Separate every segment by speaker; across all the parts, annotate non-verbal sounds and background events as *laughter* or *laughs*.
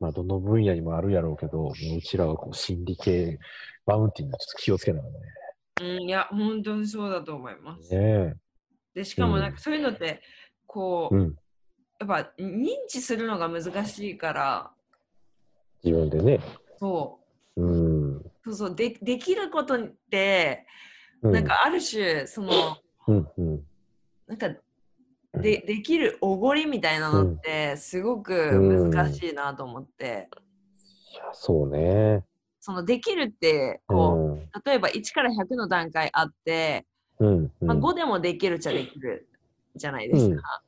Speaker 1: まあ、どの分野にもあるやろうけど、もううちらはこう心理系、バウンティーにちょっと気をつけながらね。
Speaker 2: うん、いや、本当にそうだと思います。
Speaker 1: ね
Speaker 2: で、しかもなんかそういうのって、こ
Speaker 1: え
Speaker 2: う、
Speaker 1: うん、
Speaker 2: やっぱ認知するのが難しいから、
Speaker 1: 自分でね。
Speaker 2: そう、
Speaker 1: うん。う
Speaker 2: そうそう、でできることって、
Speaker 1: ん
Speaker 2: なん、かある種、その、
Speaker 1: うん、うん。
Speaker 2: なんかでできるおごりみたいなのってすごく難しいなと思って、
Speaker 1: いや、そうね。
Speaker 2: そのできるって
Speaker 1: う
Speaker 2: こ
Speaker 1: ん。
Speaker 2: う、例えば1から100の段階あって、
Speaker 1: うん。うん
Speaker 2: まあ、5でもできるっちゃできるじゃないですか、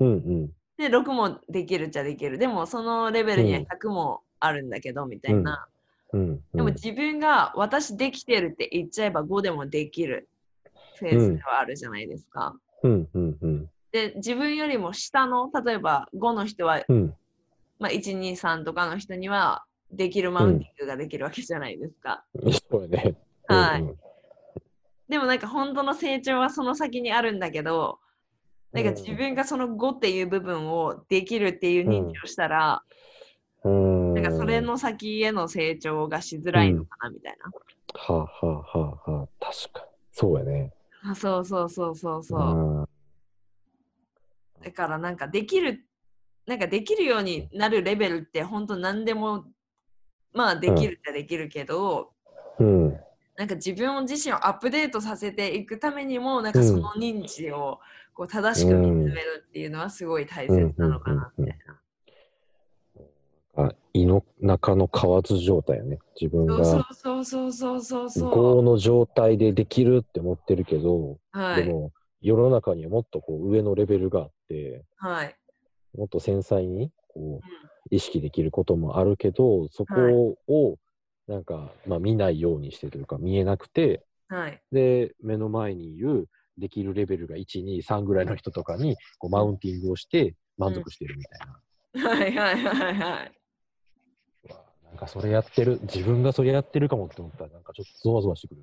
Speaker 1: うん、うん。
Speaker 2: で6もできるっちゃできるでもそのレベルには100もあるんだけどみたいな、
Speaker 1: うん。
Speaker 2: でも自分が私できてるって言っちゃえば5でもできるフェーズではあるじゃないですか、
Speaker 1: うん、うん、うん。
Speaker 2: で自分よりも下の例えば5の人は
Speaker 1: うん。
Speaker 2: まあ、123とかの人にはできるマウンティングができるわけじゃないですか。
Speaker 1: *laughs* そうやね。
Speaker 2: はい
Speaker 1: うんうん
Speaker 2: でもなんか本当の成長はその先にあるんだけど、なんか自分がその5っていう部分をできるっていう認知をしたら、
Speaker 1: うん。
Speaker 2: なんかそれ。の先への成長がしづらいのかなみたい
Speaker 1: はあ、はあ、はあ、はあ。確かに。そうやね。
Speaker 2: な。あそうそうそうそうそう。
Speaker 1: ん。
Speaker 2: だからなんかできる、なんかできるようになるレベルって本当何でも、まあできるっちゃできるけど、
Speaker 1: うん。
Speaker 2: なんか自分自身をアップデートさせていくためにもなんかその認知をこう正しく見つめるっていうのはすごい大切なのかなみたいな。
Speaker 1: あ、胃の中の蛙状態やね。自分が。
Speaker 2: そうそうそうそうそうそ
Speaker 1: 業の状態でできるって思ってるけど、
Speaker 2: う。は
Speaker 1: で
Speaker 2: い
Speaker 1: も世の中にはもっとこう上のレベルがあって
Speaker 2: はい。
Speaker 1: もっと繊細にこ
Speaker 2: う
Speaker 1: うん意識できることもあるけどそこをなんか、まあ、見ないようにしてというか見えなくて
Speaker 2: はい、
Speaker 1: で目の前にいるできるレベルが123ぐらいの人とかにこうマウンティングをして満足してるみたいな。
Speaker 2: はいはいはいはい。
Speaker 1: うわなんかそれやってる自分がそれやってるかもって思ったらなんかちょっとゾワゾワしてく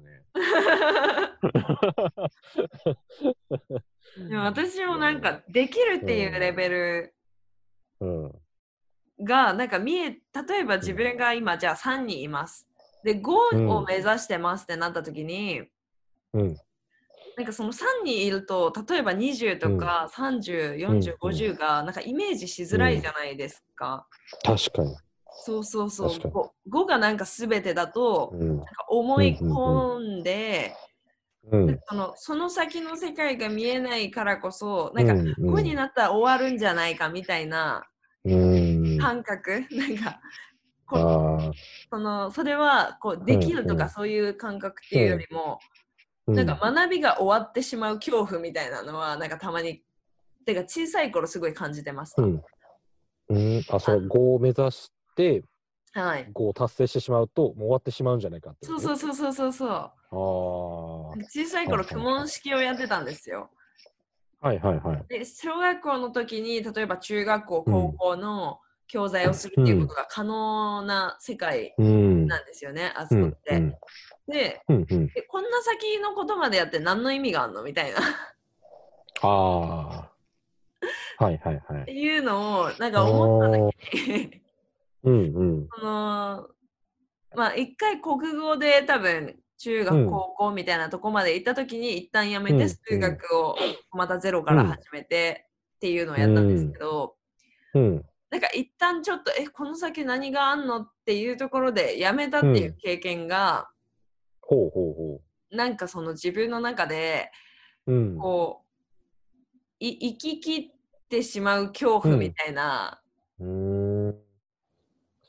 Speaker 1: るね。
Speaker 2: *laughs* でも私もなんかできるっていうレベル
Speaker 1: うん
Speaker 2: がなんか見え例えば自分が今じゃあ3人います。で5を目指してますってなった時に、
Speaker 1: うん
Speaker 2: なんかその3人いると例えば20とか
Speaker 1: うん
Speaker 2: 304050がなんかイメージしづらいじゃないですか。
Speaker 1: 確かに。
Speaker 2: そうそうそう
Speaker 1: 確かに
Speaker 2: 5, がなんか全てだと
Speaker 1: うん
Speaker 2: なんか思い込んで、
Speaker 1: うん
Speaker 2: そのその先の世界が見えないからこそなんか
Speaker 1: うんうん
Speaker 2: 5になったら終わるんじゃないかみたいな
Speaker 1: うん。
Speaker 2: 感覚、 *laughs* なんかこう
Speaker 1: あ
Speaker 2: そのそれはこうできると
Speaker 1: うんうん
Speaker 2: かそういう感覚っていうよりも、
Speaker 1: あ。
Speaker 2: なんか学びが終わってしまう恐怖みたいなのはなんかたまにてか小さい頃すごい感じてました、
Speaker 1: うん。うん、あ、そう、5を目指して、
Speaker 2: はい
Speaker 1: 5を達成してしまうと、もう終わってしまうんじゃないかって、。
Speaker 2: そうそううそうそうそうそう
Speaker 1: あ
Speaker 2: 小さい頃苦問式をやってたんですよ
Speaker 1: あ。はいはいはい。
Speaker 2: で小学校の時に例えば中学校高校の教材をするっていうことが可能な世界
Speaker 1: うん。
Speaker 2: なんですよね、あ
Speaker 1: う
Speaker 2: そこっ
Speaker 1: ん。う
Speaker 2: て、
Speaker 1: ん。
Speaker 2: で
Speaker 1: うん。うん。
Speaker 2: えこんな先のことまでやって何の意味があんのみ
Speaker 1: *laughs*
Speaker 2: たいなっ
Speaker 1: ああ。はいはいはい。
Speaker 2: ていうのをなんか思った
Speaker 1: あー
Speaker 2: 時に
Speaker 1: うんうん。
Speaker 2: *laughs* そのまあ一回国語で多分中
Speaker 1: う
Speaker 2: 学
Speaker 1: ん
Speaker 2: 高校みたいなとこまで行った時に一旦やめ
Speaker 1: うんう
Speaker 2: て
Speaker 1: ん
Speaker 2: 数学をまたゼロから始めてっていうのをやったんですけど、
Speaker 1: うん。
Speaker 2: なんか一旦ちょっとえこの先何があんのっていうところでやめたっていう経験が、
Speaker 1: ほうほうほ
Speaker 2: なんかその自分の中で
Speaker 1: う。うん。
Speaker 2: こうい生ききってしまう恐怖みたいな、
Speaker 1: うーん。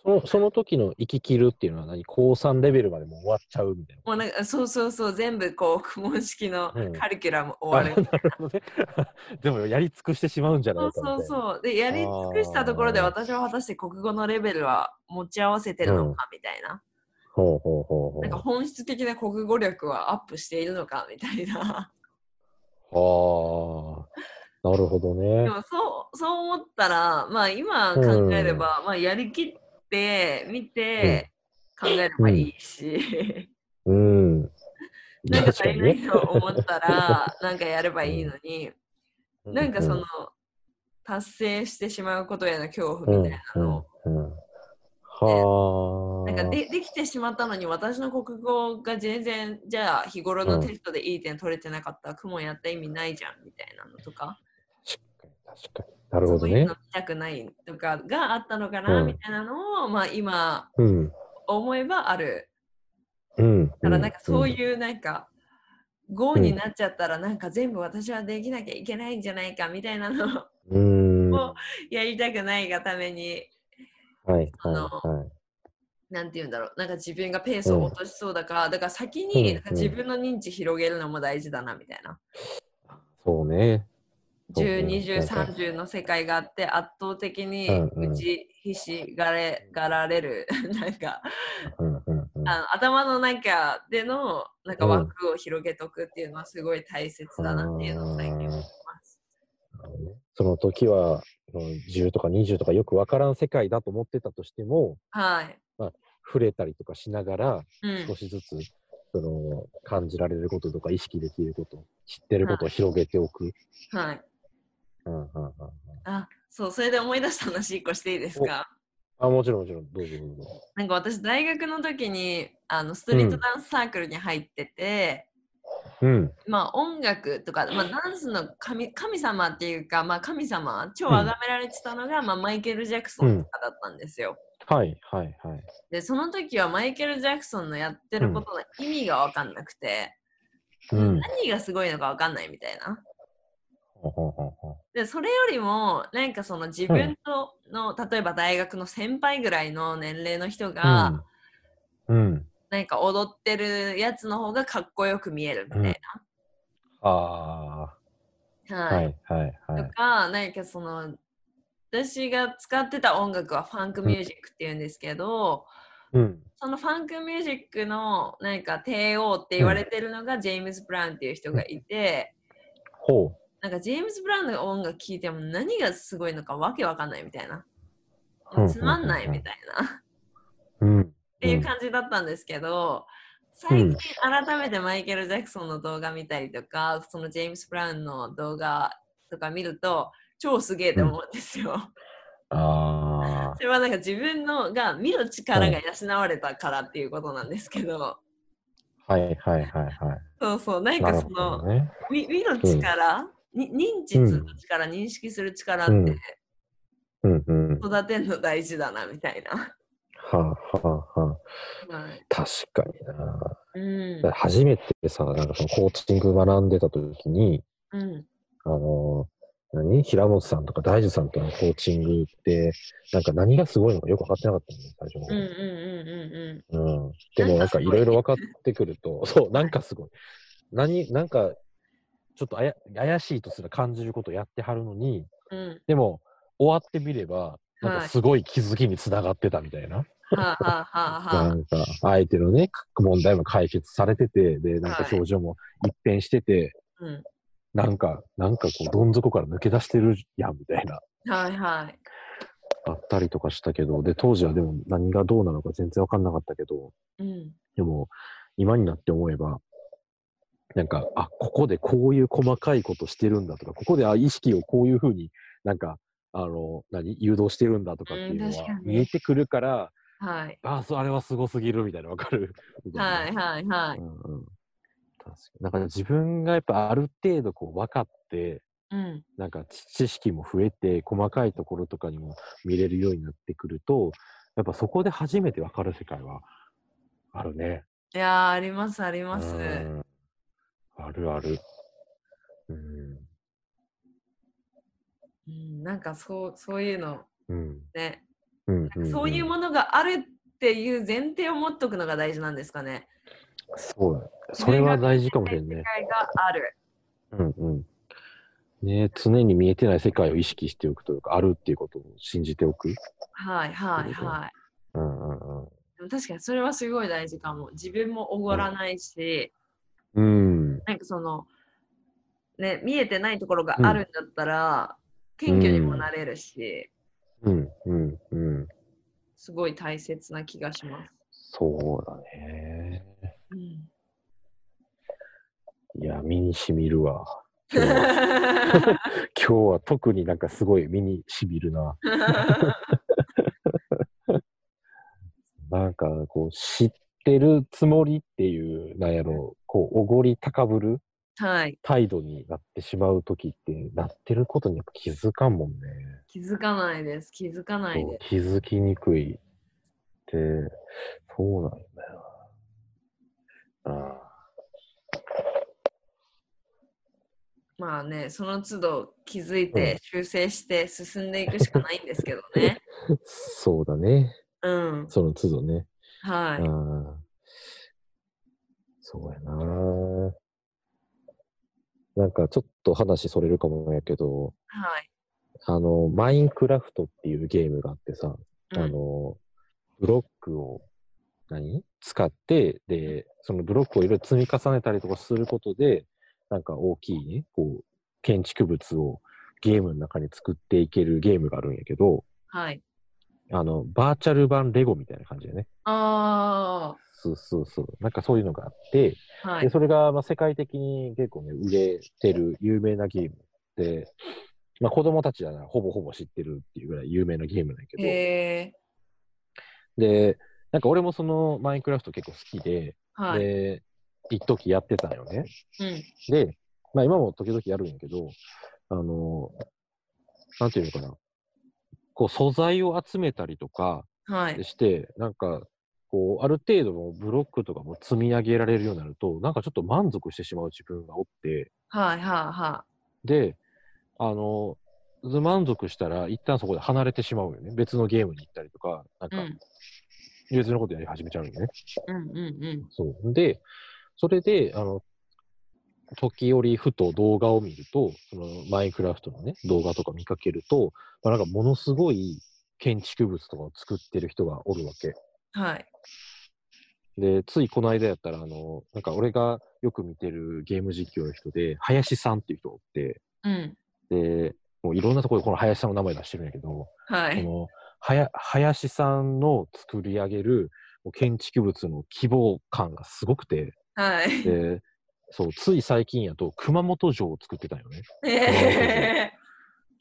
Speaker 1: その、その時の生き切るっていうのは何高3レベルまでもう終わっちゃうみたいな。
Speaker 2: もうなんかそうそうそう全部こう公文式の
Speaker 1: うん
Speaker 2: カリキュラム終わる
Speaker 1: あなるほどね。で *laughs* もやり尽くしてしまうんじゃない
Speaker 2: そ
Speaker 1: うかみたい
Speaker 2: そ
Speaker 1: な。
Speaker 2: うそう。で、やり尽くしたところで
Speaker 1: あー
Speaker 2: 私は果たして国語のレベルは持ち合わせてるのかみたいな。
Speaker 1: ほうほうほうほう。
Speaker 2: なんか本質的な国語力はアップしているのかみたいな。
Speaker 1: ああ、なるほど
Speaker 2: で
Speaker 1: ね。
Speaker 2: もそう、そう思ったら、まあ今考えれば、まあやりきってみて考えればいいし、
Speaker 1: うん。
Speaker 2: なん
Speaker 1: 確
Speaker 2: か足
Speaker 1: か
Speaker 2: り
Speaker 1: に
Speaker 2: ない
Speaker 1: ね。
Speaker 2: と思ったら、なんかやればいいのに、なんかその、達成してしまうことへの恐怖
Speaker 1: うん、
Speaker 2: みたいなのを
Speaker 1: うんうんはあ。
Speaker 2: なんかでできてしまったのに私の国語が全然じゃあ日頃のテストでいい点取れてなかったら雲やった意味ないじゃんみたいなのとか
Speaker 1: 確かに。なるほど
Speaker 2: そういう
Speaker 1: ね
Speaker 2: の。見たくないとかがあったのかな
Speaker 1: うん
Speaker 2: みたいなのを、まあ今
Speaker 1: うん。
Speaker 2: 思えばある
Speaker 1: うん。
Speaker 2: だからなんかそ
Speaker 1: う
Speaker 2: ういうなんか5になっちゃったらなんか全部私はできなきゃいけないんじゃないかみたいなのを
Speaker 1: ん。うん。は
Speaker 2: をやりたくないがために
Speaker 1: いはい
Speaker 2: あの
Speaker 1: は
Speaker 2: なんて言うんだろうなんか自分がペースを落としそうだから、だから先に
Speaker 1: うん
Speaker 2: なんか自分の認知広げるのも大事だなみたいな、
Speaker 1: い。そうね。そうねなんか
Speaker 2: 102030の世界があって圧倒的に
Speaker 1: うんうん
Speaker 2: 打ちひしがれがられる *laughs* なんか
Speaker 1: うんうんうん。
Speaker 2: あの頭の中でのなんか枠を広げとくっていうのはすごい大切だなっていうのを最近思います。
Speaker 1: その時は、その10とか20とかよくわからん世界だと思ってたとしても、
Speaker 2: はい、
Speaker 1: 触れたりとかしながら、
Speaker 2: うん
Speaker 1: 少しずつ、その、感じられることとか、意識できること、知ってることを広げておく。
Speaker 2: はい、
Speaker 1: うんうんうんうん
Speaker 2: あそうそれで思い出した話1個していいですか
Speaker 1: あ、もちろんもちろん、どうぞどうぞ。
Speaker 2: なんか私大学の時にあのストリートダンスサークルに入ってて、
Speaker 1: うん。
Speaker 2: まあ音楽とか、まあ、ダンスの神神様っていうか、まあ、神様超崇められてたのが、まあ、マイケル・ジャクソンとかだったんですよ。
Speaker 1: はいはいはい。
Speaker 2: でその時はマイケル・ジャクソンのやってることの意味が分かんなくて、
Speaker 1: うん。
Speaker 2: 何がすごいのか分かんないみたいな。
Speaker 1: ほうほうほうほう
Speaker 2: でそれよりもなんかその自分との、例えば大学の先輩ぐらいの年齢の人が、
Speaker 1: うん。うん。
Speaker 2: なんか踊ってるやつの方がかっこよく見えるみたい
Speaker 1: あ
Speaker 2: な。
Speaker 1: あ、
Speaker 2: はい
Speaker 1: はいはいはい
Speaker 2: と。か、なんかその私が使ってた音楽はファンクミュージックっていうんですけど、
Speaker 1: うん。
Speaker 2: そのファンクミュージックのなんか帝王って言われてるのがジェームズ・ブラウンっていう人がいて、
Speaker 1: ほう。
Speaker 2: なんかジェームズ・ブラウンの音楽聴いても何がすごいのかわけわかんないみたいな
Speaker 1: うん。
Speaker 2: つまんないみたいなっ
Speaker 1: うん。って
Speaker 2: いう感じだったんですけど、最近改めてマイケル・ジャクソンの動画見たりとか、そのジェームズ・ブラウンの動画とか見ると、超すげえと思うんですよ。
Speaker 1: ああ。
Speaker 2: それはなんか自分のが見る力が養われたからっていうことなんですけど、
Speaker 1: はいはいはいは。
Speaker 2: そうそうないん
Speaker 1: な
Speaker 2: か
Speaker 1: る
Speaker 2: そ
Speaker 1: ほど
Speaker 2: の
Speaker 1: ね。
Speaker 2: 見見る力、に認知する力、認識する力って
Speaker 1: うんうんうん。は
Speaker 2: 育てるの大事だなみたいな。
Speaker 1: あはあはあ。
Speaker 2: はい
Speaker 1: 確かにな。
Speaker 2: う
Speaker 1: だ
Speaker 2: ん
Speaker 1: から初めてさ、なんかそのコーチング学んでた時に、
Speaker 2: うん
Speaker 1: あの、何平本さんとか大樹さんとのコーチングって、なんか何がすごいのかよく分かってなかったんだよ、最初の
Speaker 2: うんうん
Speaker 1: 頃。
Speaker 2: うんうん
Speaker 1: うんでもなんかいろいろ分かってくると、 *laughs* そう、なんかすごい。何、なんか、ちょっとあや怪しいとすら感じることをやってはるのに、
Speaker 2: うんうん
Speaker 1: でも、終わってみれば、なん
Speaker 2: は
Speaker 1: か
Speaker 2: い
Speaker 1: すごい気づきにつながってたみたいな。
Speaker 2: はあ、はあはあ
Speaker 1: な
Speaker 2: は
Speaker 1: んか、相手のね、問題も解決されてて、で、なんか
Speaker 2: はい
Speaker 1: 表情も一変してて、
Speaker 2: あ、うん、
Speaker 1: なんか、なんかこう、どん底から抜け出してるやんみたいな、
Speaker 2: はいはい
Speaker 1: あったりとかしたけど、で、当時はでも何がどうなのか全然分かんなかったけど、
Speaker 2: うん
Speaker 1: でも、今になって思えば、なんか、あ、ここでこういう細かいことしてるんだとか、ここであ意識をこういうふうになんか、あの、何、誘導してるんだとかっていうの
Speaker 2: うん確か
Speaker 1: は
Speaker 2: に
Speaker 1: 見えてくるから、
Speaker 2: はい
Speaker 1: ああ、そう、あれはすごすぎるみたいな、わかるみた
Speaker 2: はいいはいは
Speaker 1: な。
Speaker 2: い
Speaker 1: うんうん。確かに。なんか自分がやっぱある程度こう分かって、
Speaker 2: うん
Speaker 1: なんか知知識も増えて、細かいところとかにも見れるようになってくると、やっぱそこで初めて分かる世界はあるね。
Speaker 2: いやーありますあります
Speaker 1: うんあるある。うん。
Speaker 2: うんなんかそうそういうの
Speaker 1: うん。
Speaker 2: ね
Speaker 1: うん。ん
Speaker 2: そういうものがあるっていう前提を持っとくのが大事なんですかね。
Speaker 1: そうだ。それは大事かもしれんね
Speaker 2: 世。界がある。
Speaker 1: うんうん。ね常に見えてない世界を意識しておくというか、あるっていうことを信じておく。
Speaker 2: はいはいはい。
Speaker 1: うんうん
Speaker 2: でも確かにそれはすごい大事かも。自分もおごらないし、
Speaker 1: うん。うん。
Speaker 2: なんかその、ね、見えてないところがあるんだったら、謙虚にもなれるし、
Speaker 1: うんうんうん。
Speaker 2: すごい大切な気がします。
Speaker 1: そうだね。
Speaker 2: うん、
Speaker 1: いや、身にしみるわ。今
Speaker 2: *laughs*
Speaker 1: 日は今日は特になんかすごい身にしみるな。から、こう、知ってるつもりっていう、なんやろう、こう、おごり高ぶる
Speaker 2: はい。
Speaker 1: 態度になってしまうときって、なってることにやっぱ気づかんもんね。
Speaker 2: 気づかないです。気づかない
Speaker 1: そう
Speaker 2: で
Speaker 1: 気づきにくいって、そうなんだよな。ああ
Speaker 2: す。まあね、その都度気づいて、修正して進んでいくしかないんですけどね。
Speaker 1: そうだね。
Speaker 2: うん。
Speaker 1: その都度ね。
Speaker 2: は
Speaker 1: あ
Speaker 2: い。
Speaker 1: あそうやな。なんかちょっと話それるかもやけど、
Speaker 2: はい。
Speaker 1: あの、マインクラフトっていうゲームがあってさ、
Speaker 2: うん
Speaker 1: あの、ブロックを何使って、で、そのブロックをいろいろ積み重ねたりとかすることで、なんか大きいね、こう、建築物をゲームの中に作っていけるゲームがあるんやけど、
Speaker 2: はい。
Speaker 1: あの、バーチャル版レゴみたいな感じだね。
Speaker 2: あ
Speaker 1: そうそうそう。なんかそういうのがあって、
Speaker 2: あ。は
Speaker 1: で、
Speaker 2: い。
Speaker 1: それがまあ世界的に結構ね、売れてる有名なゲームで、まあ子供たちはほぼほぼ知ってるっていうぐらい有名なゲームなんやけど、
Speaker 2: へえ。
Speaker 1: で、なんか俺もそのマインクラフト結構好きで、
Speaker 2: はい。
Speaker 1: で、一時やってたんよね。
Speaker 2: うん。
Speaker 1: で、まあ今も時々やるんやけど、あの、なんていうのかな。こう素材を集めたりとか
Speaker 2: はい。
Speaker 1: して、なんか、こう、ある程度のブロックとかも積み上げられるようになると、なんかちょっと満足してしまう自分がおって、
Speaker 2: はい。はい。は
Speaker 1: で、あの、満足したら一旦そこで離れてしまうよね。別のゲームに行ったりとか、なん
Speaker 2: い。う
Speaker 1: か
Speaker 2: ん。
Speaker 1: 別のことやり始めちゃうよね。
Speaker 2: うん。うん。うん。
Speaker 1: そう。で、それで、あの、時折ふと動画を見ると、そのマインクラフトのね、動画とか見かけると、まあ、なんかものすごい建築物とかを作ってる人がおるわけ。
Speaker 2: はい。
Speaker 1: で、ついこの間やったら、あの、なんか俺がよく見てるゲーム実況の人で、林さんっていう人がおって、
Speaker 2: うん。
Speaker 1: で、もういろんなところでこの林さんの名前出してるんやけど、
Speaker 2: は
Speaker 1: こ
Speaker 2: い。
Speaker 1: のはや林さんの作り上げるもう建築物の希望感がすごくて、
Speaker 2: はい。
Speaker 1: で、そう、つい最近やと熊本城を作ってたんよね。
Speaker 2: *laughs* え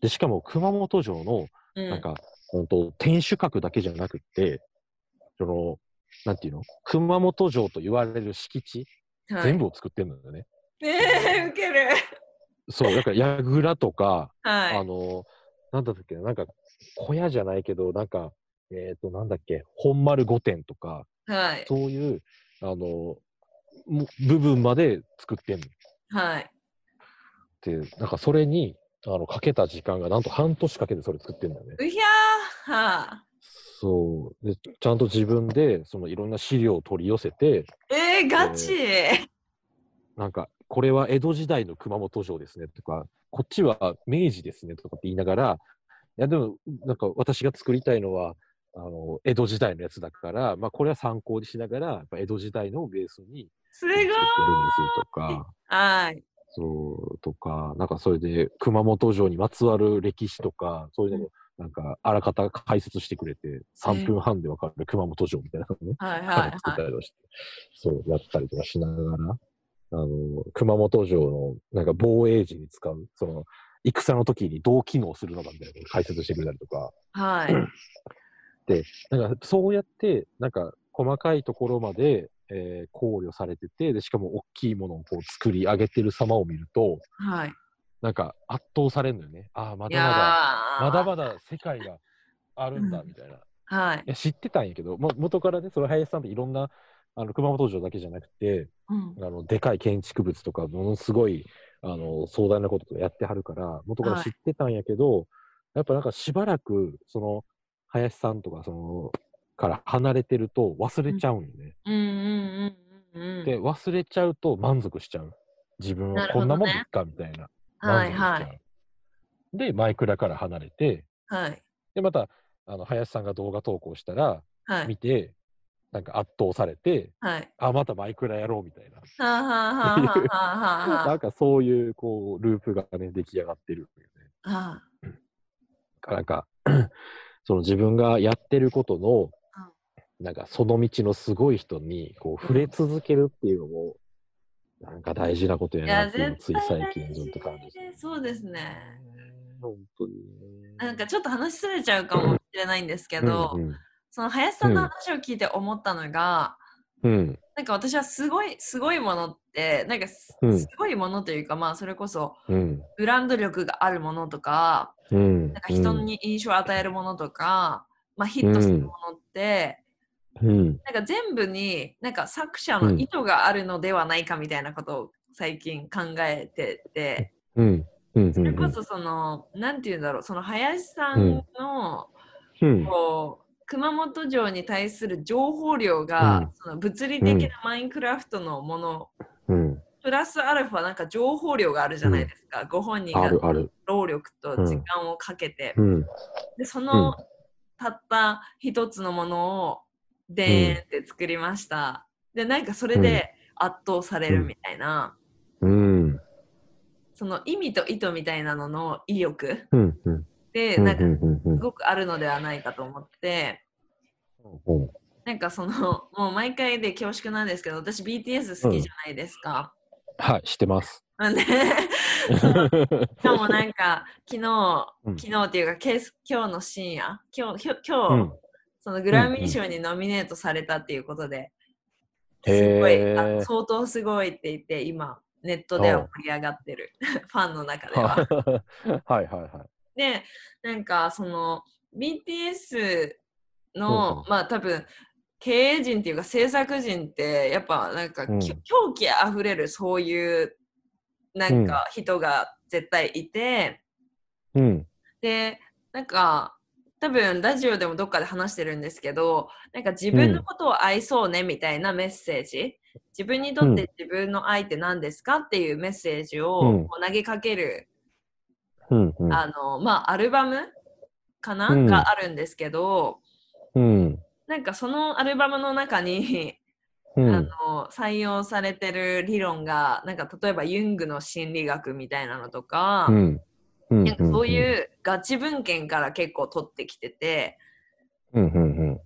Speaker 1: で、しかも熊本城の、
Speaker 2: ー
Speaker 1: なんか、ほんと、天守閣だけじゃなくって、その、なんていうの熊本城と言われる敷地、
Speaker 2: うんはい
Speaker 1: 全部を作ってるんだよね。
Speaker 2: えー、 *laughs* ウケる。
Speaker 1: そう、だから、櫓とか、
Speaker 2: はい。
Speaker 1: あの、なんだったっけな、なんか、小屋じゃないけど、なんか、えっ、と、なんだっけ、本丸御殿とか、
Speaker 2: はい。
Speaker 1: そういう、あの、も部分まで作ってんの。
Speaker 2: はい。
Speaker 1: って、なんかそれに、あの、かけた時間がなんと半年かけてそれ作ってんだよね。
Speaker 2: うひゃーは
Speaker 1: そう。で、ちゃんと自分で、そのいろんな資料を取り寄せて、
Speaker 2: ーえー、ガチ、
Speaker 1: なんか、これは江戸時代の熊本城ですねとか、こっちは明治ですねとかって言いながら、いや、でも、なんか私が作りたいのは、あの、江戸時代のやつだから、まあ、これは参考にしながら、やっぱ江戸時代のベースに
Speaker 2: すご
Speaker 1: 作ってるん
Speaker 2: い
Speaker 1: ですとか。
Speaker 2: はい。
Speaker 1: そう、とか、なんかそれで熊本城にまつわる歴史とか、そういうのも、なんかあらかた解説してくれて、3分半でわかる熊本城みたいなのね、
Speaker 2: はいはい
Speaker 1: あ
Speaker 2: はい
Speaker 1: の。作ったりとかして、そう、やったりとかしながら、あの、熊本城のなんか防衛時に使う、その、戦の時にどう機能するのかみたいなのを解説してくれたりとか、
Speaker 2: はい。
Speaker 1: なんかそうやって、なんか細かいところまで、えー考慮されてて、で、しかも大きいものをこう作り上げてる様を見ると、
Speaker 2: はい。
Speaker 1: なんか圧倒されるのよね。ああ、ま
Speaker 2: い
Speaker 1: だ
Speaker 2: や
Speaker 1: まだ、
Speaker 2: ー
Speaker 1: まだまだ世界があるんだ
Speaker 2: うん
Speaker 1: みたいな。い
Speaker 2: はい。
Speaker 1: や知ってたんやけど、も元からね、その林さんっていろんなあの熊本城だけじゃなくて、
Speaker 2: うん
Speaker 1: あのでかい建築物とか、ものすごいあの壮大なこととかやってはるから、元から知ってたんやけど、やっぱなんかしばらく、その林さんとかそのから離れてると忘れちゃうんよね。
Speaker 2: うんうんうんうんうん。
Speaker 1: で、忘れちゃうと満足しちゃう。自分は
Speaker 2: なる
Speaker 1: こ
Speaker 2: ほど
Speaker 1: んなも
Speaker 2: ね
Speaker 1: んでいっかみたいな。
Speaker 2: は
Speaker 1: 満
Speaker 2: い
Speaker 1: 足しちゃう。
Speaker 2: はい。
Speaker 1: で、マイクラから離れて、
Speaker 2: はい。
Speaker 1: で、また、あの林さんが動画投稿したら、
Speaker 2: はい。
Speaker 1: 見て、なんか圧倒されて、
Speaker 2: はい。
Speaker 1: あ、またマイクラやろうみたいな。
Speaker 2: はあはあはあはあはあ
Speaker 1: な
Speaker 2: は
Speaker 1: んかそういう、こう、ループがね、出来上がってるよね。
Speaker 2: あは
Speaker 1: なんか、 *clears throat* その自分がやってることの、なんかその道のすごい人に、こう、触れ続けるっていうのも、なんか大事なこと
Speaker 2: あ。
Speaker 1: や
Speaker 2: い
Speaker 1: な
Speaker 2: や、
Speaker 1: っていうのをつ
Speaker 2: 絶
Speaker 1: い
Speaker 2: 対
Speaker 1: 最
Speaker 2: 大
Speaker 1: 近
Speaker 2: 事
Speaker 1: ずっと感じて。
Speaker 2: そうですね。
Speaker 1: 本当にね。
Speaker 2: なんかちょっと話しずれちゃうかもしれないんですけど、
Speaker 1: うんうん
Speaker 2: その林さんの話を聞いて思ったのが、
Speaker 1: うん。
Speaker 2: なんか私はすごいすごいものってなんかす,、
Speaker 1: うん
Speaker 2: ごいものというかまあそれこそ
Speaker 1: うん。
Speaker 2: ブランド力があるものとか
Speaker 1: うん。
Speaker 2: なんか人に印象を与えるものとか、まあ、ヒットするものって、
Speaker 1: うん。
Speaker 2: なんか全部になんか作者の意図があるのではないかみたいなことを最近考えてて、
Speaker 1: うん。うん。
Speaker 2: それこそその何て言うんだろうその林さんの
Speaker 1: うん。
Speaker 2: こう熊本城に対する情報量が、その物理的なマインクラフトのもの、
Speaker 1: うん。
Speaker 2: プラスアルファなんか情報量があるじゃないですか、ご本人
Speaker 1: あ
Speaker 2: が
Speaker 1: るある。
Speaker 2: 労力と時間をかけて、
Speaker 1: うん。
Speaker 2: でそのたった一つのものをでーんって作りました、でなんかそれで圧倒されるみたいな、
Speaker 1: うん。
Speaker 2: その意味と意図みたいなのの威力
Speaker 1: うん。うん。
Speaker 2: で
Speaker 1: うん。
Speaker 2: なんか
Speaker 1: う
Speaker 2: す
Speaker 1: ん。うん。
Speaker 2: ごくあるのではないかと思ってなんかそのもう毎回で恐縮なんですけど私 BTS 好きじゃないですか。
Speaker 1: はい、してます。
Speaker 2: なんでしかもなんか昨日
Speaker 1: うん
Speaker 2: 昨日っていうかけい今日の深夜今日今日
Speaker 1: う
Speaker 2: 今日
Speaker 1: ん。
Speaker 2: そのグラミー賞にノミネートされたっていうことで、
Speaker 1: うん
Speaker 2: すごい
Speaker 1: へー
Speaker 2: あ相当すごいって言って今ネットでは盛り上がってる *laughs* ファンの中では。
Speaker 1: はいはいは
Speaker 2: でなんかその BTS の、
Speaker 1: う
Speaker 2: まあ多分経営陣っていうか制作人ってやっぱなんか、
Speaker 1: うん
Speaker 2: きょ狂気あふれるそういうなんか人が絶対いて。
Speaker 1: い。うん。
Speaker 2: でなんか多分ラジオでもどっかで話してるんですけどなんか自分のことを愛そうねみたいなメッセージ、自分にとって自分の愛って何ですかっていうメッセージを
Speaker 1: うん
Speaker 2: こう投げかける、
Speaker 1: うん。うん
Speaker 2: あのまあアルバムかな、
Speaker 1: うん
Speaker 2: があるんですけど
Speaker 1: うん。
Speaker 2: なんかそのアルバムの中に、
Speaker 1: う
Speaker 2: あ
Speaker 1: ん。
Speaker 2: の採用されてる理論がなんか例えばユングの心理学みたいなのとか、
Speaker 1: うん。うん。
Speaker 2: なんかそう
Speaker 1: う。
Speaker 2: いうガチ文献から結構取ってきてて。
Speaker 1: うん。うん。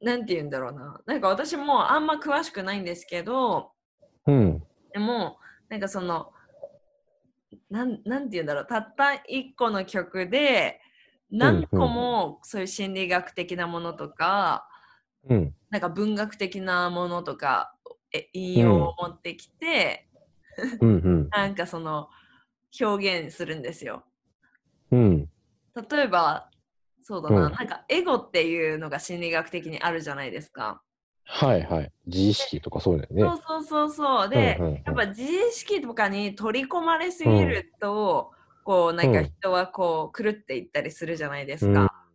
Speaker 2: なんて言うんだろうな。なんか私もあんま詳しくないんですけど、
Speaker 1: うん。
Speaker 2: でも、なんかその、なんなんて言うんだろう。たった一個の曲で、何個もそういう心理学的なものとか、
Speaker 1: うん。
Speaker 2: なんか文学的なものとか、え引用を持ってきて、
Speaker 1: うん。
Speaker 2: なんかその、表現するんですよ。
Speaker 1: うん。
Speaker 2: 例えば、そうだな、
Speaker 1: うん
Speaker 2: なんかエゴっていうのが心理学的にあるじゃないですか。
Speaker 1: はいはい。自意識とかそうだよね。
Speaker 2: そうそうそうそう。で、
Speaker 1: うんうんうん
Speaker 2: やっぱ自意識とかに取り込まれすぎると、こうなんか
Speaker 1: うん
Speaker 2: 人はこう狂っていったりするじゃないです
Speaker 1: うん
Speaker 2: か。。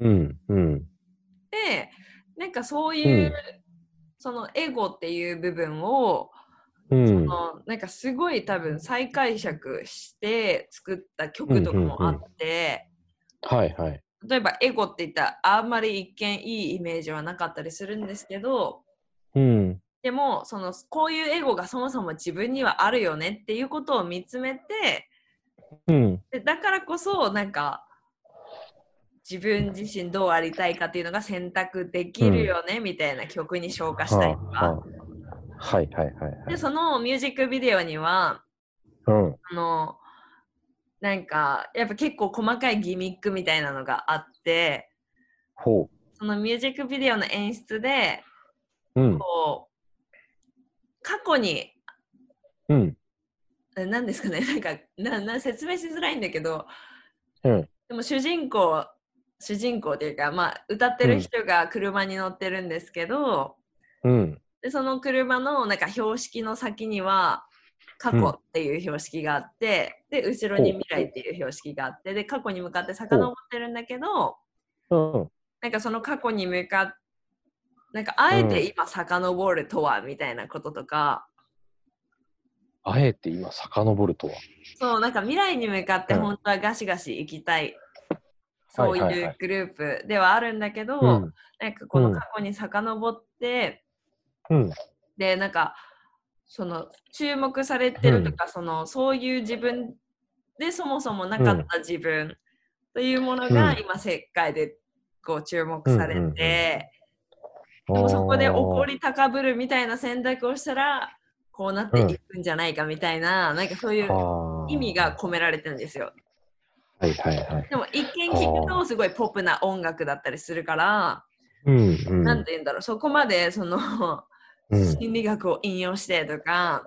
Speaker 1: うん。うん。
Speaker 2: でなんかそうい
Speaker 1: う
Speaker 2: う、
Speaker 1: ん
Speaker 2: そのエゴっていう部分を、
Speaker 1: うん。
Speaker 2: そのなんかすごい多分再解釈して作った曲とかもあって、
Speaker 1: はいはい。
Speaker 2: 例えばエゴって言ったらあんまり一見いいイメージはなかったりするんですけど
Speaker 1: うん。
Speaker 2: でもそのこういうエゴがそもそも自分にはあるよねっていうことを見つめて
Speaker 1: うん。
Speaker 2: でだからこそなんか自分自身どうありたいかっていうのが選択できるよね、みたいな曲に昇華したりとか、
Speaker 1: はいはいはいは
Speaker 2: で
Speaker 1: い。
Speaker 2: そのミュージックビデオには
Speaker 1: うん。
Speaker 2: あのなんかやっぱ結構細かいギミックみたいなのがあって
Speaker 1: ほ
Speaker 2: そのミュージックビデオの演出で
Speaker 1: う。うん。
Speaker 2: こう過去に
Speaker 1: うん。
Speaker 2: 何ですかね *laughs* なんかなな説明しづらいんだけど
Speaker 1: うん。
Speaker 2: でも主人公主人公というか、まあ、歌ってる人が車に乗ってるんですけど、
Speaker 1: うん。
Speaker 2: でその車のなんか標識の先には過去っていう標識があって、で後ろに未来っていう標識があってで過去に向かって遡ってるんだけど
Speaker 1: うん。
Speaker 2: なんかその過去に向かってなんかあえて今遡るとはみたいなこととか、
Speaker 1: あえて今遡るとは。
Speaker 2: そうなんか未来に向かって本当はガシガシ行きたい、そう
Speaker 1: はいはい
Speaker 2: い
Speaker 1: は
Speaker 2: う
Speaker 1: い
Speaker 2: グループではあるんだけど、なんかこの過去に遡って、
Speaker 1: うん。
Speaker 2: でなんかその注目されてるとか、そのそういう自分でそもそもなかった自分というものが
Speaker 1: うん
Speaker 2: 今世界でこう注目されて、
Speaker 1: うんうんうん
Speaker 2: で
Speaker 1: うん。
Speaker 2: もそこで怒り高ぶるみたいな選択をしたらこうなっていくんじゃないかみたいな、なんかそういう意味が。込められてるんですよ。
Speaker 1: はいはいはい。
Speaker 2: でも一見聞くとすごいポップな音楽だったりするから
Speaker 1: うんうん
Speaker 2: なんて言うんだろう、そこまでその
Speaker 1: うん
Speaker 2: 心理学を引用してとか、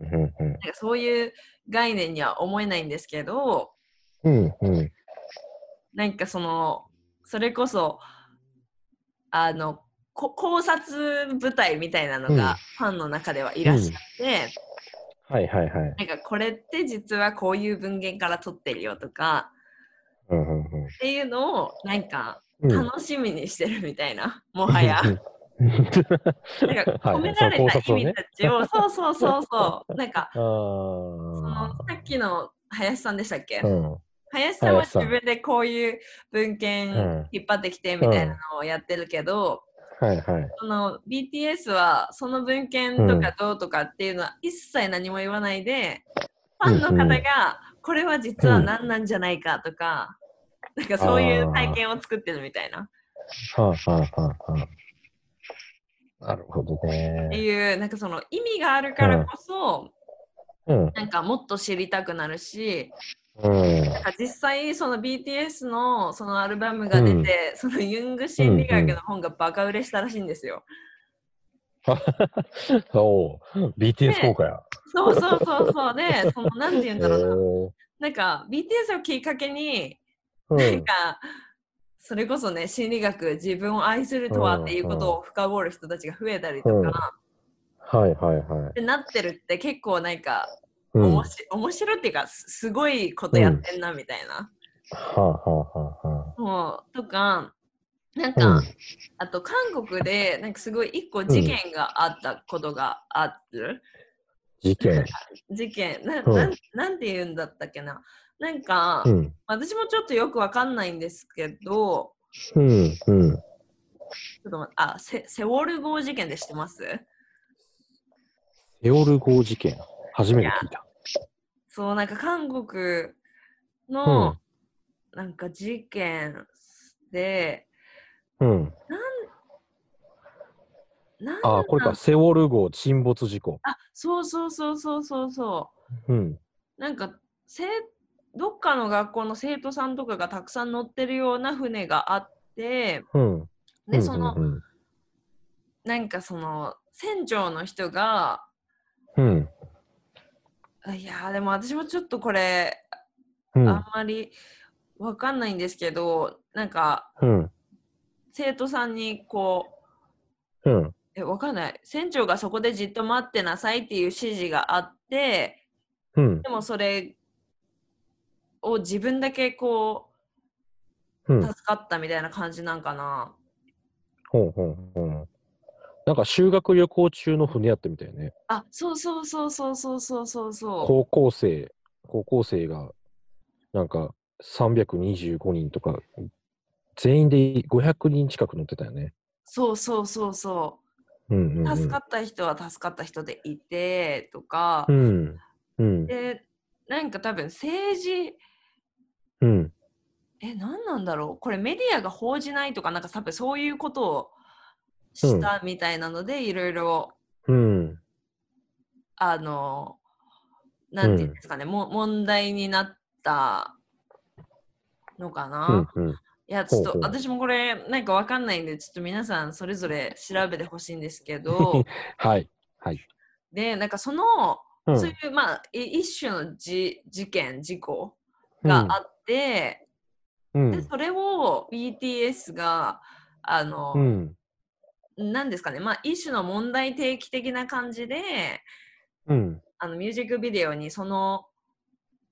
Speaker 1: うんうん
Speaker 2: なんかそういう概念には思えないんですけど、
Speaker 1: うんうん
Speaker 2: なんかその、それこそ、あの、こ考察部隊みたいなの
Speaker 1: うん
Speaker 2: がファンの中ではいらっしゃって、
Speaker 1: はいはいはい。
Speaker 2: なんかこれって実はこういう文献から取ってるよとか
Speaker 1: うんうんうん
Speaker 2: っていうのをなんか
Speaker 1: うん
Speaker 2: 楽しみにしてるみたいな、も
Speaker 1: *laughs*
Speaker 2: はや。
Speaker 1: うん
Speaker 2: なんか
Speaker 1: はい
Speaker 2: 褒められ
Speaker 1: そう考
Speaker 2: た
Speaker 1: 察を
Speaker 2: 意
Speaker 1: ね
Speaker 2: 味たちを、そうそうそうそう、なんか
Speaker 1: あ
Speaker 2: その
Speaker 1: ー
Speaker 2: さっきの林さんでしたっけ、
Speaker 1: うん
Speaker 2: 林さんは
Speaker 1: 林さ
Speaker 2: 自
Speaker 1: ん
Speaker 2: 分でこういう文
Speaker 1: うん
Speaker 2: 献引っ張ってきてみたいなのをやってるけど、
Speaker 1: はいはい。
Speaker 2: その BTS はその文献とかどうとかっていうのは一切何も言わないで、ファンの
Speaker 1: うんう
Speaker 2: 方
Speaker 1: ん
Speaker 2: がこれは実は何なんじゃないかとか、なんかそういう体験を作ってるみたいな。
Speaker 1: はあはあはあはあ。なるほど
Speaker 2: って
Speaker 1: ね。
Speaker 2: いうなんかその意味があるからこそ、
Speaker 1: うん。
Speaker 2: なんかもっと知りたくなるし
Speaker 1: うん。
Speaker 2: なんか実際その BTS のそのアルバムが出て、そのユング心理学の本がバカ売れしたらしいんですよ。
Speaker 1: おう BTS 効果や。
Speaker 2: そうそうそ
Speaker 1: *laughs*
Speaker 2: うそうでそのなんて言うん
Speaker 1: へ
Speaker 2: だろうな,、
Speaker 1: ー
Speaker 2: なんか BTS をきっかけに
Speaker 1: う
Speaker 2: なん
Speaker 1: ん
Speaker 2: かそれこそね心理学自分を愛するとはっていうことを深掘る人たちが増えたりと
Speaker 1: うん
Speaker 2: か、
Speaker 1: はいはいはい
Speaker 2: ってなってるって結構なんか、
Speaker 1: うん。は
Speaker 2: おもし面白いっていうかすすごいことやってんなみたいな。
Speaker 1: あはあはあは
Speaker 2: もうとか、なん
Speaker 1: あ。
Speaker 2: か、あと韓国で、なんかすごい一個事件があったことがある、
Speaker 1: 事件。
Speaker 2: 事件な、
Speaker 1: うん
Speaker 2: なん、なんて言うんだったっけな。なんか、
Speaker 1: うん。
Speaker 2: 私もちょっとよくわかんないんですけど、
Speaker 1: うん。うん。
Speaker 2: ちょっと待ってあ、セセウォル号事件で知ってます
Speaker 1: エオル号事件。初めて聞いた。
Speaker 2: そう、なんか韓国
Speaker 1: う
Speaker 2: の
Speaker 1: ん、。
Speaker 2: なんか事件で、
Speaker 1: うん。
Speaker 2: なん
Speaker 1: ああ、これか。セオル号沈没事故。
Speaker 2: あ、そうそうそうそうそうそう。
Speaker 1: うん。
Speaker 2: なんかせどっかの学校の生徒さんとかがたくさん乗ってるような船があって
Speaker 1: うん。
Speaker 2: でその
Speaker 1: うんうん
Speaker 2: なんかその船長の人が
Speaker 1: うん。
Speaker 2: あいやーでも私もちょっとこれ
Speaker 1: う
Speaker 2: あ
Speaker 1: ん。
Speaker 2: んまりわかんないんですけどなんか
Speaker 1: うん。
Speaker 2: 生徒さんにこう
Speaker 1: うん。
Speaker 2: えわかんない船長がそこでじっと待ってなさいっていう指示があって
Speaker 1: うん。
Speaker 2: でもそれを自分だけこ
Speaker 1: う
Speaker 2: うん助。かったみたいな感じなんかな。
Speaker 1: ほうほうほう。なんか修学旅行中の船やったみたいね。
Speaker 2: あ、そうそうそうそうそうそうそうそう。
Speaker 1: 高校生、高校生が、なんか325人とか、全員で500人近く乗ってたよね。
Speaker 2: そうそうそうそ
Speaker 1: うんうん、う
Speaker 2: う。
Speaker 1: ん。
Speaker 2: 助かった人は助かった人でいてとか
Speaker 1: う、ん。うん。
Speaker 2: で、なんか多分政治、
Speaker 1: うん。
Speaker 2: え、何なんだろうこれメディアが報じないとか、なんか多分そういうことをしたみたいなので、いろいろ、
Speaker 1: うん。
Speaker 2: あの、なんていうんですかね、も問題になったのかな。
Speaker 1: うん。うん。
Speaker 2: いや、ちょっと
Speaker 1: ほうほう
Speaker 2: 私もこれ、なんかわかんないんで、ちょっと皆さんそれぞれ調べてほしいんですけ
Speaker 1: *laughs*
Speaker 2: ど、
Speaker 1: はい。はい。
Speaker 2: で、なんかその、
Speaker 1: うん。
Speaker 2: そういう、まあ、い一種のじ事件、事故があって、
Speaker 1: うん。
Speaker 2: で、それを BTS が、あの
Speaker 1: う、ん。
Speaker 2: なんですかね、まあ、一種の問題提起的な感じで、
Speaker 1: うん。
Speaker 2: あのミュージックビデオにその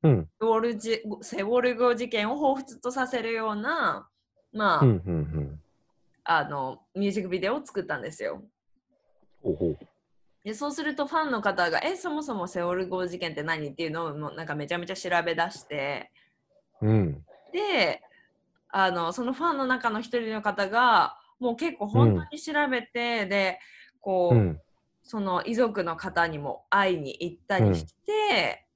Speaker 1: うん。
Speaker 2: ウォルジセウォル号事件を彷彿とさせるような、まあ、
Speaker 1: うん。うん。
Speaker 2: あのミュージックビデオを作ったんですよ。
Speaker 1: ほうほう。
Speaker 2: でそうするとファンの方が「えそもそもセオル号事件って何?」っていうのをもうなんかめちゃめちゃ調べ出して
Speaker 1: うん。
Speaker 2: であのそのファンの中の一人の方がもう結構本当に調べて、でこ
Speaker 1: う
Speaker 2: う、
Speaker 1: ん。
Speaker 2: その遺族の方にも会いに行ったりして、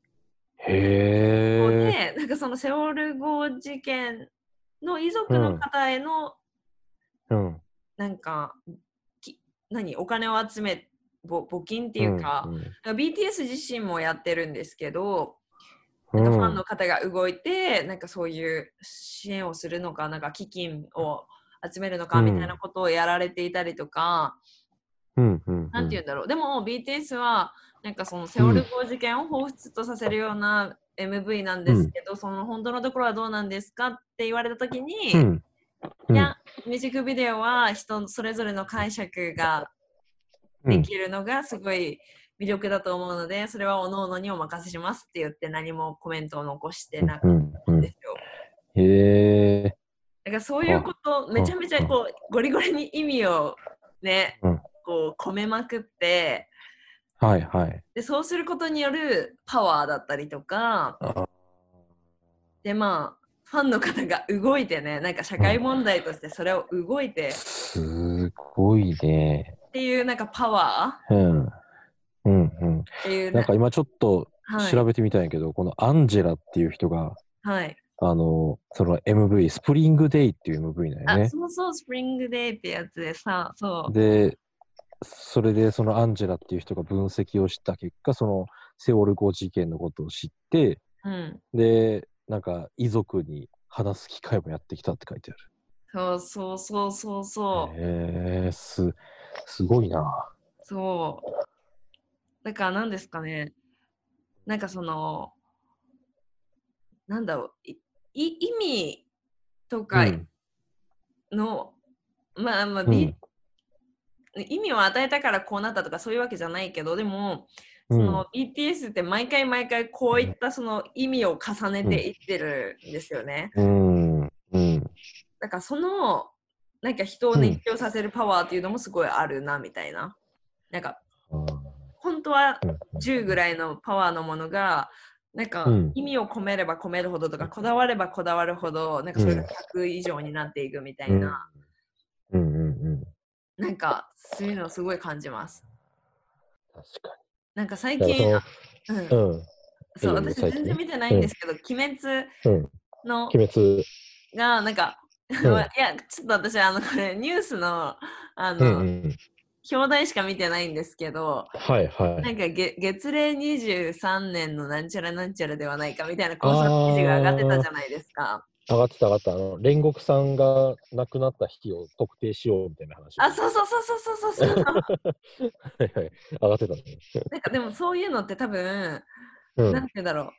Speaker 1: へ
Speaker 2: こう
Speaker 1: え。
Speaker 2: でなんかそのセオル号事件の遺族の方への、
Speaker 1: うん。
Speaker 2: なんかき何お金を集めぼ募金っていうか、BTS 自身もやってるんですけど、
Speaker 1: うん、
Speaker 2: なんかファンの方が動いて、なんかそういう支援をするのか、なんか基金を集めるのかみたいなことをやられていたりとか、
Speaker 1: うんうん
Speaker 2: なんて言うんだろう。でも BTS は、なんかそのセオル号事件を彷彿とさせるような MV なんですけど、その本当のところはどうなんですかって言われた時に、
Speaker 1: うんうん
Speaker 2: いや、ミュージックビデオは人それぞれの解釈が
Speaker 1: う
Speaker 2: で
Speaker 1: ん
Speaker 2: きるのがすごい魅力だと思うので、それはおののにお任せしますって言って何もコメントを残してなか
Speaker 1: う
Speaker 2: っ
Speaker 1: んう
Speaker 2: たん
Speaker 1: ん
Speaker 2: ですよ。
Speaker 1: へえ。
Speaker 2: だからそういうこと、めちゃめちゃこう、ゴリゴリに意味をね
Speaker 1: うん、
Speaker 2: こう込めまくって、
Speaker 1: はいはい。
Speaker 2: でそうすることによるパワーだったりとか
Speaker 1: あ
Speaker 2: でまあファンの方が動いてねなんか社会問題としてそれを動いて
Speaker 1: すごいね。
Speaker 2: っていうなんかパワ
Speaker 1: うん。うんうん。
Speaker 2: ーってい
Speaker 1: な
Speaker 2: う
Speaker 1: ん
Speaker 2: ね
Speaker 1: か今ちょっと
Speaker 2: はい
Speaker 1: 調べてみたんやけど、このアンジェラっていう人が、
Speaker 2: はい
Speaker 1: あの、その MV、スプリングデイっていう MV なん
Speaker 2: あ、
Speaker 1: よね。
Speaker 2: そうそうスプリングデイってやつでさそう
Speaker 1: で、それでそのアンジェラっていう人が分析をした結果、そのセオル号事件のことを知って、
Speaker 2: うん
Speaker 1: で、なんか遺族に話す機会もやってきたって書いてある。
Speaker 2: そうそうそうそうそう
Speaker 1: へえす、すごいな。
Speaker 2: そうだから何ですかねなんかそのなんだろういい意味とか
Speaker 1: うん
Speaker 2: の、まあまあ、
Speaker 1: う
Speaker 2: B-
Speaker 1: ん
Speaker 2: 意味を与えたからこうなったとかそういうわけじゃないけどでも、
Speaker 1: う
Speaker 2: そ
Speaker 1: ん
Speaker 2: の BTS って毎回毎回こういったその意味を重ねていってるんですよね。
Speaker 1: うん、うん、
Speaker 2: だからそのなんか人を熱狂させるパワーっていうのもすごいあるなみたいな。なんか本当は10ぐらいのパワーのものがなんか
Speaker 1: うん
Speaker 2: 意味を込めれば込めるほどとかこだわればこだわるほどなんかそれが100以上になっていくみたいな、
Speaker 1: うん、うん、うん。
Speaker 2: なんかそういうのをすごい感じます。
Speaker 1: 確
Speaker 2: なんか最
Speaker 1: かに。
Speaker 2: 近
Speaker 1: だ
Speaker 2: うん
Speaker 1: からその、うん、
Speaker 2: そう、
Speaker 1: いいよ最
Speaker 2: 私全
Speaker 1: 近
Speaker 2: 然見てないんですけど、鬼滅
Speaker 1: うん、
Speaker 2: の
Speaker 1: 鬼滅。
Speaker 2: が、なんか、
Speaker 1: ん
Speaker 2: *laughs* いや、ちょっと私、あの、これ、ニュースの、あ
Speaker 1: うん、
Speaker 2: の、
Speaker 1: うん。
Speaker 2: 表題しか見てないんですけど、
Speaker 1: はい、は。
Speaker 2: ないんか月、月齢23年のなんちゃらなんちゃらではないかみたいな考察記事が上がってたじゃないですか。
Speaker 1: 上がってた、上がってた。あの、煉獄さんが亡くなった日を特定しようみたいな話。
Speaker 2: あ、そうそうそうそうそうそう
Speaker 1: *laughs*
Speaker 2: そう。
Speaker 1: はい、はい。上がってたね。
Speaker 2: なんか、でもそういうのって多分、
Speaker 1: う
Speaker 2: なん
Speaker 1: ん
Speaker 2: て。言うんだろう。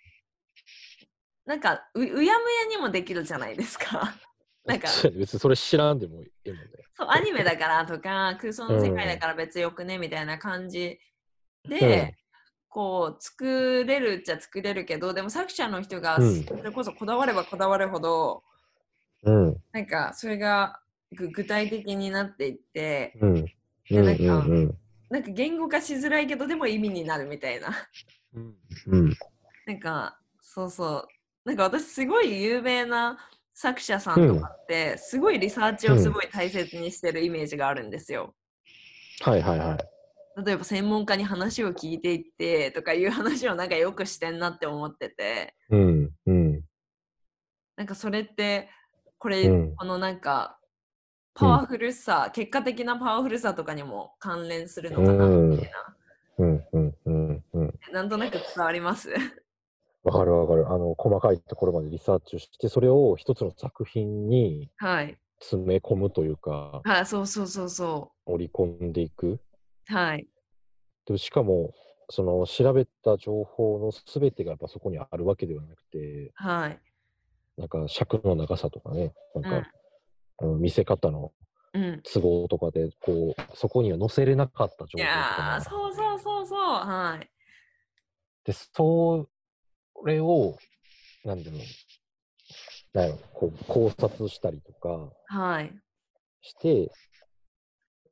Speaker 2: なんかう、うやむやにもできるじゃないですか。 *laughs* なんか、
Speaker 1: 別にそれ知らんでもいいもんね。
Speaker 2: そうアニメだからとか空想の世界だから別によくねみたいな感じで、
Speaker 1: うん
Speaker 2: こう作れるっちゃ作れるけどでも作者の人が
Speaker 1: うん
Speaker 2: それこそこだわればこだわるほど、
Speaker 1: うん、
Speaker 2: なんかそれがぐ具体的になっていって
Speaker 1: うん。うん、うん、うん。
Speaker 2: なんか言語化しづらいけどでも意味になるみたいな *laughs*
Speaker 1: うん、うん、
Speaker 2: なんかそうそうなんか私すごい有名な作者さんとかって、すごいリサーチをすごい大切にしてるイメージがあるんですよ。
Speaker 1: はい、はい、はい。
Speaker 2: 例えば専門家に話を聞いていってとかいう話をなんかよくしてんなって思ってて
Speaker 1: うん、うん、
Speaker 2: なんかそれってこれ、
Speaker 1: うん
Speaker 2: このなんかパワフルさ、結果的なパワフルさとかにも関連するのかなみたいな、
Speaker 1: うん、うん、うん、うん。
Speaker 2: なんとなく伝わります *laughs*
Speaker 1: わかるわかる。あの、細かいところまでリサーチをして、それを一つの作品に
Speaker 2: はい
Speaker 1: 詰め込むというか、
Speaker 2: はいそうそうそうそ
Speaker 1: 織り込んでいく。
Speaker 2: うはい
Speaker 1: でしかも、その調べた情報のすべてがやっぱそこにあるわけではなくて、
Speaker 2: はい
Speaker 1: なんか尺の長さとかね、なんか、うん見せ方の
Speaker 2: うん
Speaker 1: 都合とかで、こう、そこには載せれなかった情報とか
Speaker 2: いやー
Speaker 1: が
Speaker 2: そうそうそうそうはい
Speaker 1: で、それを、なんだろう、なんやろこう考察したりとか
Speaker 2: はい
Speaker 1: して、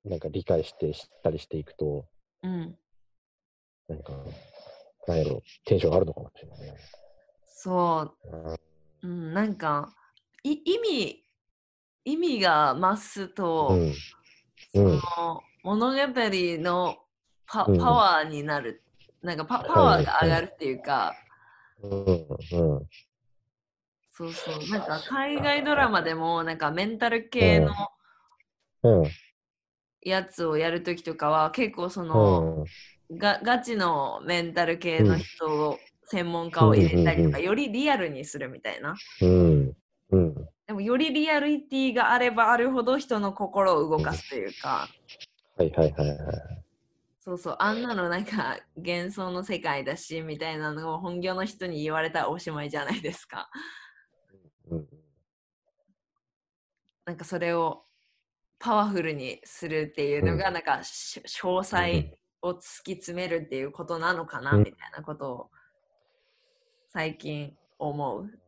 Speaker 1: なんか理解して知ったりしていくと、
Speaker 2: うん
Speaker 1: なんか、なんやろ、テンション上がるのかもしれないね。
Speaker 2: そううん、なんかい意味意味が増すと、
Speaker 1: うん。う
Speaker 2: そ
Speaker 1: ん
Speaker 2: の物語のパパ
Speaker 1: うん
Speaker 2: ワーになる、なんかパパワーが上がるっていうか、
Speaker 1: うん。うん。
Speaker 2: そうそうなんか海外ドラマでもなんかメンタル系の
Speaker 1: うん。
Speaker 2: やつをやるときとかは結構その、
Speaker 1: うん。
Speaker 2: がガチのメンタル系の人を、専門家を入れたりとか、よりリアルにするみたいな
Speaker 1: うん。うん。
Speaker 2: でもよりリアリティがあればあるほど人の心を動かすというか、
Speaker 1: はいはいはいはい。
Speaker 2: そうそう、あんなのなんか幻想の世界だしみたいなのを本業の人に言われたらおしまいじゃないですか。 *laughs*
Speaker 1: うん、
Speaker 2: なんかそれをパワフルにするっていうのが、
Speaker 1: う
Speaker 2: なんかし詳細を突き詰めるっていうことなのかな、
Speaker 1: うん
Speaker 2: みたいなことを最近思う。